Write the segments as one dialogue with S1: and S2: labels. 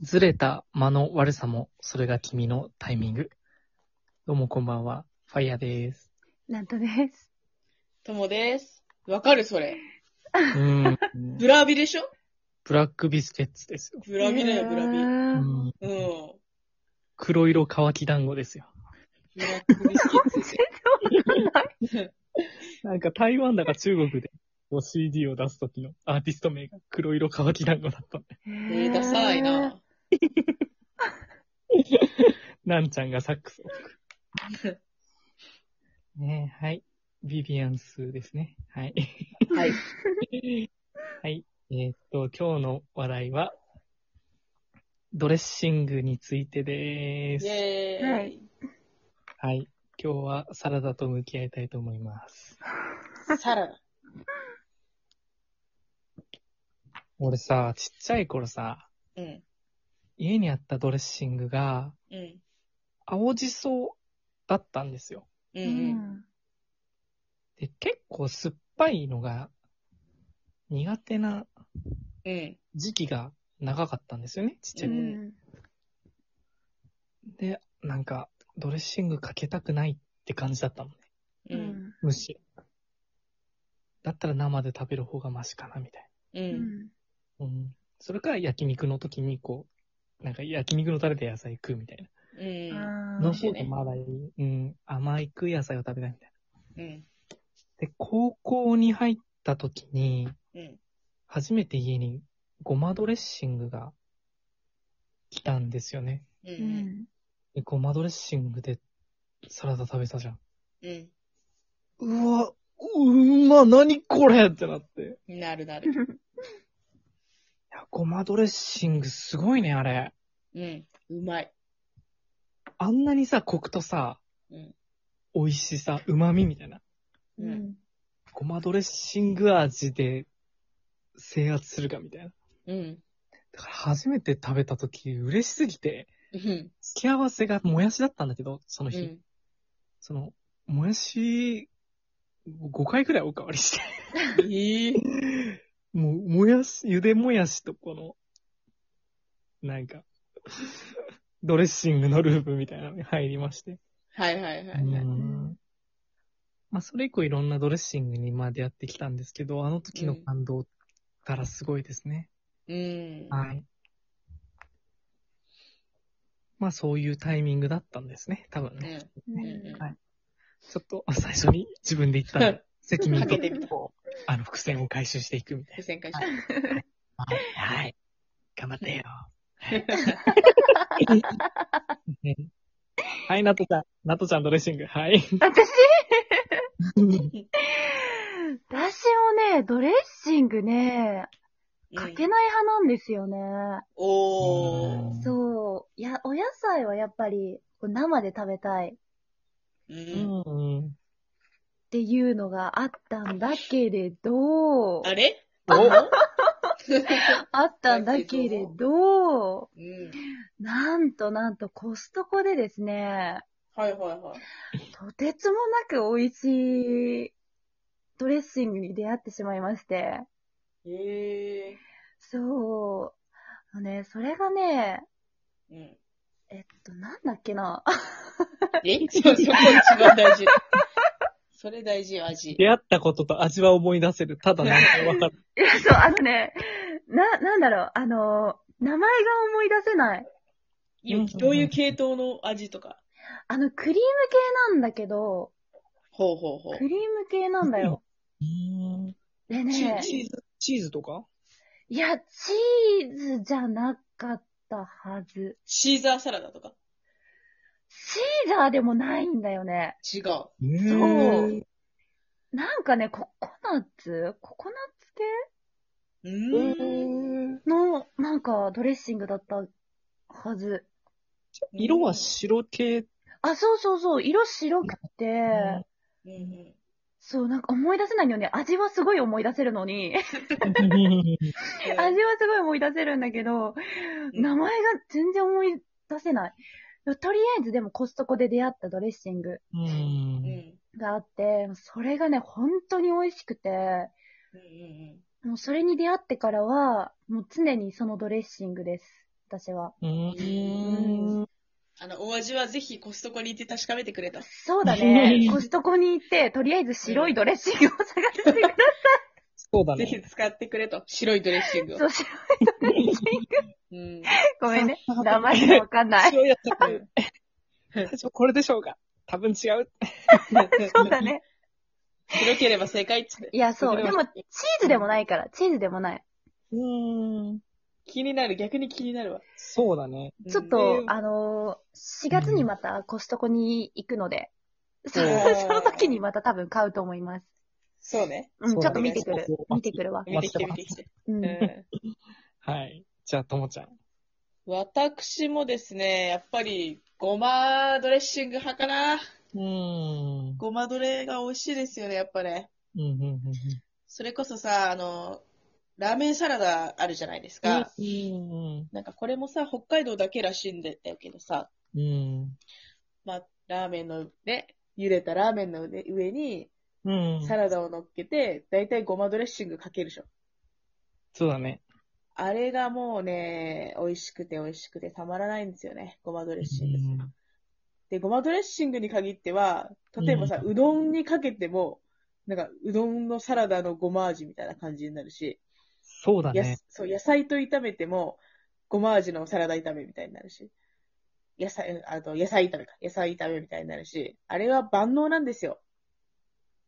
S1: ずれた間の悪さも、それが君のタイミング。どうもこんばんは、ファイヤーです。
S2: なんとです。
S3: ともです。わかるそれ。
S1: う ーん。
S3: ブラビでしょ
S1: ブラックビスケッツですよ。
S3: ブラビだよ、ブラビ。うん。
S1: う
S2: ラ
S1: ん、黒色乾き団子ですよ。
S3: ブラックビスケッツですよ。
S1: なんか台湾だか中国で CD を出す時のアーティスト名が黒色乾き団子だったんで。
S3: えー、ダサい。
S2: へー
S3: な。
S1: なんちゃんがサックスを吹く。 ねえ、はい。ビビアンスですね。はい。
S3: はい。
S1: はい。えーっと、今日の話題は、ドレッシングについてで
S3: イ
S1: す。
S3: ェーイ。
S2: はい
S1: はい。今日はサラダと向き合いたいと思います。
S3: サラダ。
S1: 俺さ、ちっちゃい頃さ、
S3: うん。
S1: 家にあったドレッシングが、
S3: うん。
S1: 青じそだったんですよ。
S3: うん
S2: う
S3: うん。
S2: ん。
S1: で、結構酸っぱいのが苦手な
S3: うん。
S1: 時期が長かったんですよね、ちっちゃい頃。
S2: うん
S1: で、なんか、ドレッシングかけたくないって感じだったもんね。
S3: う。
S2: うんん。
S1: むしろ。だったら生で食べる方がマシかな、みたい
S3: うん。
S2: う
S3: う。
S2: んん
S1: な。うん。それから焼肉の時に、こう、なんか焼肉のタレで野菜食うみたいな。
S3: うん。
S2: あ
S1: の
S2: ー
S1: 方がまだいい。うん。甘い食い野菜を食べたいみたい
S3: うん。
S1: な。で、高校に入った時に、
S3: うん。
S1: 初めて家にごまドレッシングが来たんですよね。
S3: う。
S2: うんん。
S1: でごまドレッシングでサラダ食べたじゃん。
S3: うん。
S1: うわ、うま、何これってなって。い
S3: なるなる。
S1: や、ごまドレッシングすごいね、あれ。
S3: うん。うまい。
S1: あんなにさ、コクとさ、
S3: うん
S1: 美味しさ、旨味みたいな。
S3: うん
S2: うん
S1: ごまドレッシング味で制圧するかみたいな。
S3: うん。
S1: だから初めて食べた時嬉しすぎて、
S3: うん。
S1: 付け合わせがもやしだったんだけど、その
S3: う
S1: 日。
S3: ん。
S1: その、もやし、5回くらいおかわりして。
S3: ええ。
S1: もう、もやし、ゆでもやしとこの、なんか、ドレッシングのループみたいなのに入りまして。
S3: はいはいはいはい。
S1: うんまあ、それ以降いろんなドレッシングにまあ出会ってきたんですけど、あの時の感動たらすごいですね。
S3: うん。
S1: はい。まあ、そういうタイミングだったんですね、多分
S3: う
S1: ね。
S3: ん。
S2: うん
S3: うん
S1: はいちょっと最初に自分で言ったん で、責任
S3: かけ
S1: と、
S3: てみた。
S1: あの、伏線を回収していくみたい
S3: 伏線回収。
S1: な。はい。頑張って よ。はい、ナトちゃん。ナトちゃんドレッシング。はい。
S2: 私私もね、ドレッシングね、かけない派なんですよね。
S3: おー。
S2: そう。いや、お野菜はやっぱりこう生で食べたいっ
S3: うん。
S1: うん
S2: ていうのがあったんだけれど、
S3: あれ
S2: あったんだけれど、
S3: うん。
S2: なんとなんとコストコでですね、
S3: はいはいはい。
S2: とてつもなく美味しいドレッシングに出会ってしまいまして。
S3: へえ。
S2: そう。あのね、それがね、
S3: うん。
S2: えっと、なんだっけな。
S3: え そう、そこ一番大事。それ大事よ、味。
S1: 出会ったことと味は思い出せる。ただ名前わかる。
S2: いや、そう、あのね、な、なんだろう、あの、名前が思い出せない。
S3: いやどういう系統の味とか。
S2: あの、クリーム系なんだけど、
S3: ほうほうほう
S2: ク。リーム系なんだ よ。で
S1: チ
S2: ね、
S1: チーズ、チーズとか
S2: いや、チーズじゃなかったはず。
S3: シーザーサラダとか。
S2: シーザーでもないんだよね。
S3: 違う。
S2: そう。なんかね、ココナッツココナッツ系
S3: うーん。
S2: の、なんか、ドレッシングだったはず。
S1: 色は白系。
S2: あ、そうそうそう、色白くて、
S3: うんうん
S2: そう、なんか思い出せないのよね。味はすごい思い出せるのに、 味はすごい思い出せるんだけど、名前が全然思い出せない。とりあえずでもコストコで出会ったドレッシング
S1: う。
S3: うんん
S2: があって、それがね、本当に美味しくて、
S3: うんうん
S2: もうそれに出会ってからは、もう常にそのドレッシングです。私は。
S1: うーん。
S3: あの、お味はぜひコストコに行って確かめてくれた。
S2: そうだ ね。コストコに行って、とりあえず白いドレッシングを探して くださ
S1: そうだ
S3: ぜ
S1: ね。
S3: ひ使ってくれと。白いドレッシング
S2: い。
S3: を。
S2: そう、白いドレッシング。
S3: うん。
S2: ご めんね。名前がわかんない。
S1: そうやっ
S3: うん
S1: たこれでしょうか多分違う。
S2: そうだね。
S3: 広ければ正解っつって。
S2: いや、そう。でも、チーズでもないから、チーズでもない。
S1: うーん。
S3: 気になる、逆に気になるわ。
S1: そうだね。
S2: ちょっ
S3: うん
S2: と
S1: う、ん
S2: あのー、4月にまたコストコに行くので、そ
S1: お
S3: ー
S2: その時にまた多分買うと思います。
S3: そうね。
S2: うん、
S1: そう
S2: ちょ
S1: だね
S2: っと見てくる
S1: そうそう。
S2: 見てくるわ。
S3: 見てきて見てきて。
S2: う。
S3: うんん。
S1: はい。じゃあ、ともちゃん。
S3: 私もですね、やっぱり、ごまドレッシング派かな。
S1: うーん。
S3: ごまドレが美味しいですよね、やっぱね。
S1: うん、うん、うん
S3: それこそさ、あの、ラーメンサラダあるじゃないですか。
S1: うん。
S3: なんかこれもさ、北海道だけらしいんだけどさ、
S1: うん。
S3: まあ、ラーメンのね、茹でたラーメンの上上に、
S1: うん。
S3: サラダを乗っけて、だいたいごまドレッシングかけるでしょ。
S1: そうだね。
S3: あれがもうね、美味しくて美味しくてたまらないんですよね。ごまドレッシング。で、ごまドレッシングに限っては、例えばさ、
S1: う
S3: うどんにかけても、なんか、うどんのサラダのごま味みたいな感じになるし、
S1: そうだ
S3: や
S1: ね。
S3: そう野菜と炒めても、ごま味のサラダ炒めみたいになるし、野菜、あと、野菜炒めか。野菜炒めみたいになるし、あれは万能なんですよ。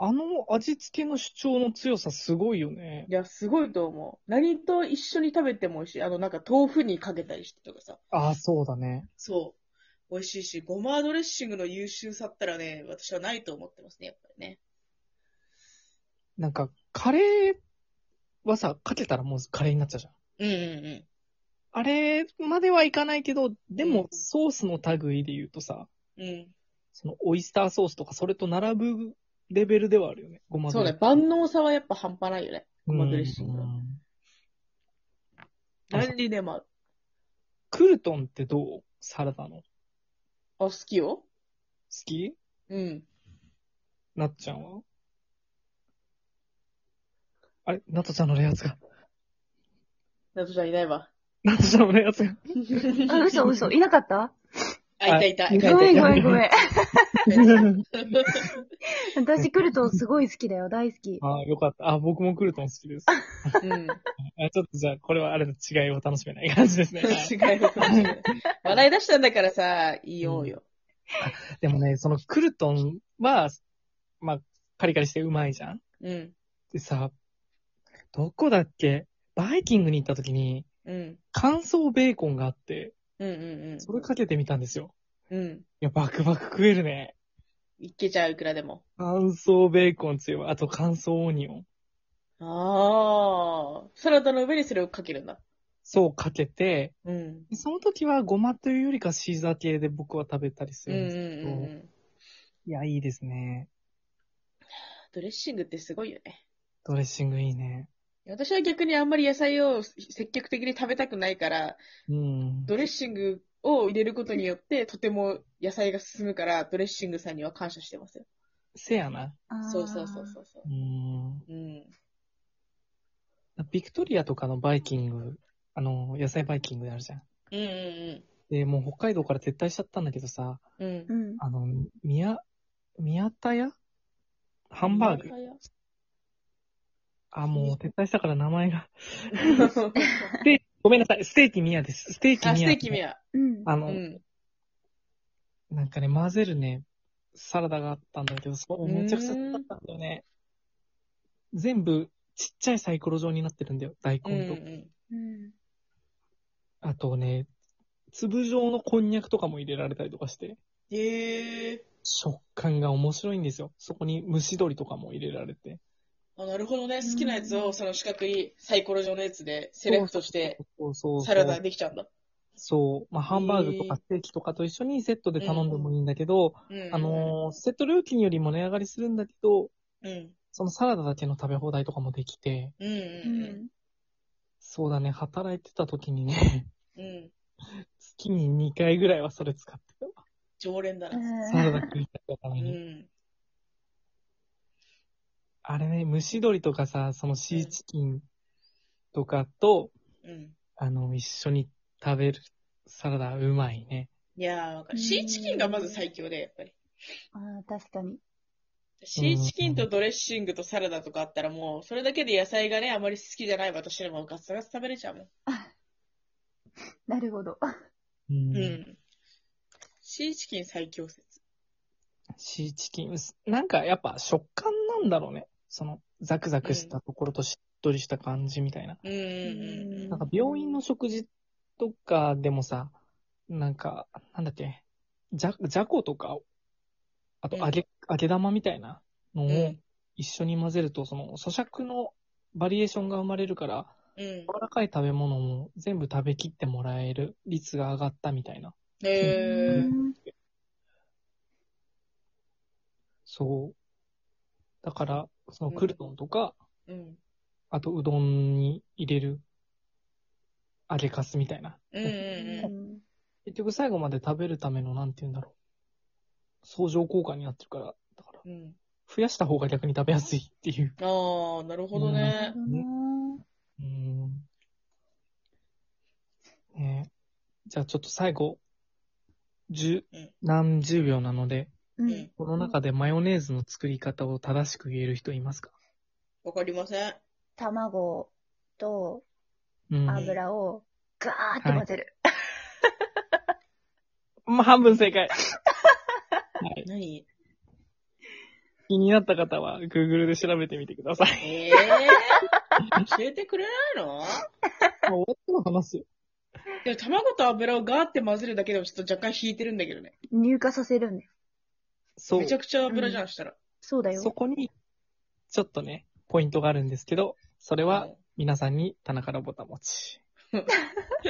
S1: あの味付けの主張の強さすごいよね。
S3: いや、すごいと思う。何と一緒に食べても美味しい。あの、なんか豆腐にかけたりしてとかさ。
S1: ああ、そうだね。
S3: そう。美味しいし、ごまドレッシングの優秀さったらね、私はないと思ってますね、やっぱりね。
S1: なんか、カレーはさ、かけたらもうカレーになっちゃうじゃん。
S3: うんうんうん。
S1: あれまではいかないけど、で
S3: うん
S1: もソースの類で言うとさ、
S3: うん。
S1: そのオイスターソースとかそれと並ぶレベルではあるよね。ごま
S3: そうね、
S1: ね、
S3: 万能さはやっぱ半端ないよね。
S1: ご
S3: まドレッシング
S1: あ
S3: 何にでもある。
S1: クルトンってどうサラダの。好
S3: あ、好きよ
S1: き
S3: うん。
S1: なっちゃんはあれなっとちゃんのレアツが。
S3: なとちゃんいない わ。
S1: なっとちゃんのレア ツが。
S2: あ、嘘嘘。いなかった
S3: あ、いたいた。い
S1: ご
S3: た
S2: ご
S3: いた
S2: め
S3: い
S2: ん
S3: た
S2: ごめんごめん。
S3: う
S2: 私来るとすごい好きだよ。大好き。
S1: ああ、よかった。あ、僕もクルトン好きです。あ
S3: ん。
S1: ちょっとじゃあ、これはあれの違いを楽しめない感じです ね。はい
S3: 違うかもしれない。笑い出したんだからさ、言おうよ。
S1: でもね、そのクルトンは、まあ、カリカリしてうまいじゃん
S3: うん。
S1: でさ、どこだっけバイキングに行った時に、
S3: うん。
S1: 乾燥ベーコンがあって、
S3: うんうん
S1: それかけてみたんですよ。
S3: うん。うん。
S1: いや、バクバク食えるね。
S3: いけちゃう、いくらでも。
S1: 乾燥ベーコン強い。あと乾燥オニオン。
S3: ああ。サラダの上にそれをかけるんだ。
S1: そうかけて、
S3: うん。
S1: でその時はごまというよりかシーザー系で僕は食べたりす
S3: う
S1: る
S3: んうんん
S1: ですけど、
S3: うんうん。
S1: いや、いいですね。
S3: ドレッシングってすごいよね。
S1: ドレッシングいいね。
S3: 私は逆にあんまり野菜を積極的に食べたくないから、
S1: うん。
S3: ドレッシングを入れることによって、とても野菜が進むから、ドレッシングさんには感謝してますよ。
S1: せやな。
S3: そうそうそうそうそう。
S1: うん。
S3: うん。
S1: ビクトリアとかのバイキング、あの、野菜バイキングあるじゃん。
S3: うんうん
S1: で、もう北海道から撤退しちゃったんだけどさ、
S3: うん。うん
S2: う。ん。
S1: あの、宮、宮田屋ハンバーグ。あ、もう撤退したから名前が。ステーキごめんなさい、ステーキ宮です。ステーキ宮。
S3: あ、ステーキミア。
S2: うん。
S1: あ
S3: う
S1: の、
S3: ん。
S1: なんかね、混ぜるね、サラダがあったんだけど、それめちゃくちゃ好きだったんだよね。全部、ちっちゃいサイコロ状になってるんだよ、大
S3: うんう
S1: 根と。
S3: ん。
S2: うん
S1: あとね、粒状のこんにゃくとかも入れられたりとかして。
S3: へえ。
S1: 食感が面白いんですよ。そこに蒸し鶏とかも入れられて。
S3: あ、なるほどね。好きなやつを、その四角いサイコロ状のやつでセレクトして、
S1: そうそうそう、
S3: サラダにできちゃうんだ。
S1: そう。まあ、ハンバーグとかステーキとかと一緒にセットで頼んでもいいんだけど、
S3: うん。
S1: あのーセット料金よりも値上がりするんだけど、
S3: うん。
S1: そのサラダだけの食べ放題とかもできて、
S3: うんうん
S1: そうだね、働いてた時にね、
S3: うん。うん。
S1: 月に2回ぐらいはそれ使ってたわ。
S3: 常連だ
S2: う
S3: な。
S1: サラ
S2: ん
S1: ダ食いたいた
S3: う
S1: めに。
S3: ん。
S1: あれね、蒸し鶏とかさ、そのシーチキンとかと、
S3: うん。
S1: あの、一緒に食べるサラダうまいね。
S3: いやー、わかる。シーチキンがまず最強で、やっぱり。
S2: ああ、確かに。
S3: シーチキンとドレッシングとサラダとかあったらもう、それだけで野菜がね、あまり好きじゃない私でもガツガツ食べれちゃうもん。
S2: なるほど。
S1: う。
S3: うんん。シーチキン最強説。
S1: シーチキン、なんかやっぱ食感なんだろうね。その、ザクザクしたところとしっとりした感じみたいな。
S3: うんうんうん。
S1: なんか病院の食事とかでもさ、なんか、なんだっけ、じゃ、じゃことか、あと
S3: うん
S1: 揚げ、揚げ玉みたいなの
S3: う
S1: を
S3: ん
S1: 一緒に混ぜると、その咀嚼のバリエーションが生まれるから、
S3: うん
S1: 柔。らかい食べ物も全部食べきってもらえる率が上がったみたいな。
S3: へー
S2: うん
S1: そう。だから、その
S3: うん
S1: クルトンとか、
S3: うん。
S1: あとうどんに入れる揚げかすみたいな。
S3: うんうん
S1: 結局最後まで食べるための、なんて言うんだろう。相乗効果になってるから、だから、
S3: うん。うん。
S1: 増やした方が逆に食べやすいっていう。
S3: ああ、なるほどね。
S1: うーん。ねえじゃあちょっと最後、十
S3: うん、
S1: 何十秒なので、
S2: う
S3: うんん。
S1: この中でマヨネーズの作り方を正しく言える人いますか
S3: わかりません。
S2: 卵と
S1: うん。
S2: 油をガーって混ぜる。
S1: まあ、半分正解。 はい。
S3: 何
S1: 気になった方は、Google で調べてみてください。
S3: ええ教えてくれないの
S1: もう終わっても話すよ。
S3: でも卵と油をガーって混ぜるだけでもちょっと若干引いてるんだけどね。
S2: 乳化させるんです。
S1: そう
S3: めちゃくちゃ油じゃん、したら。
S2: そうだよ。
S1: そこに、ちょっとね、ポイントがあるんですけど、それは
S3: うん
S1: 皆さんに田中ロボタ持ち。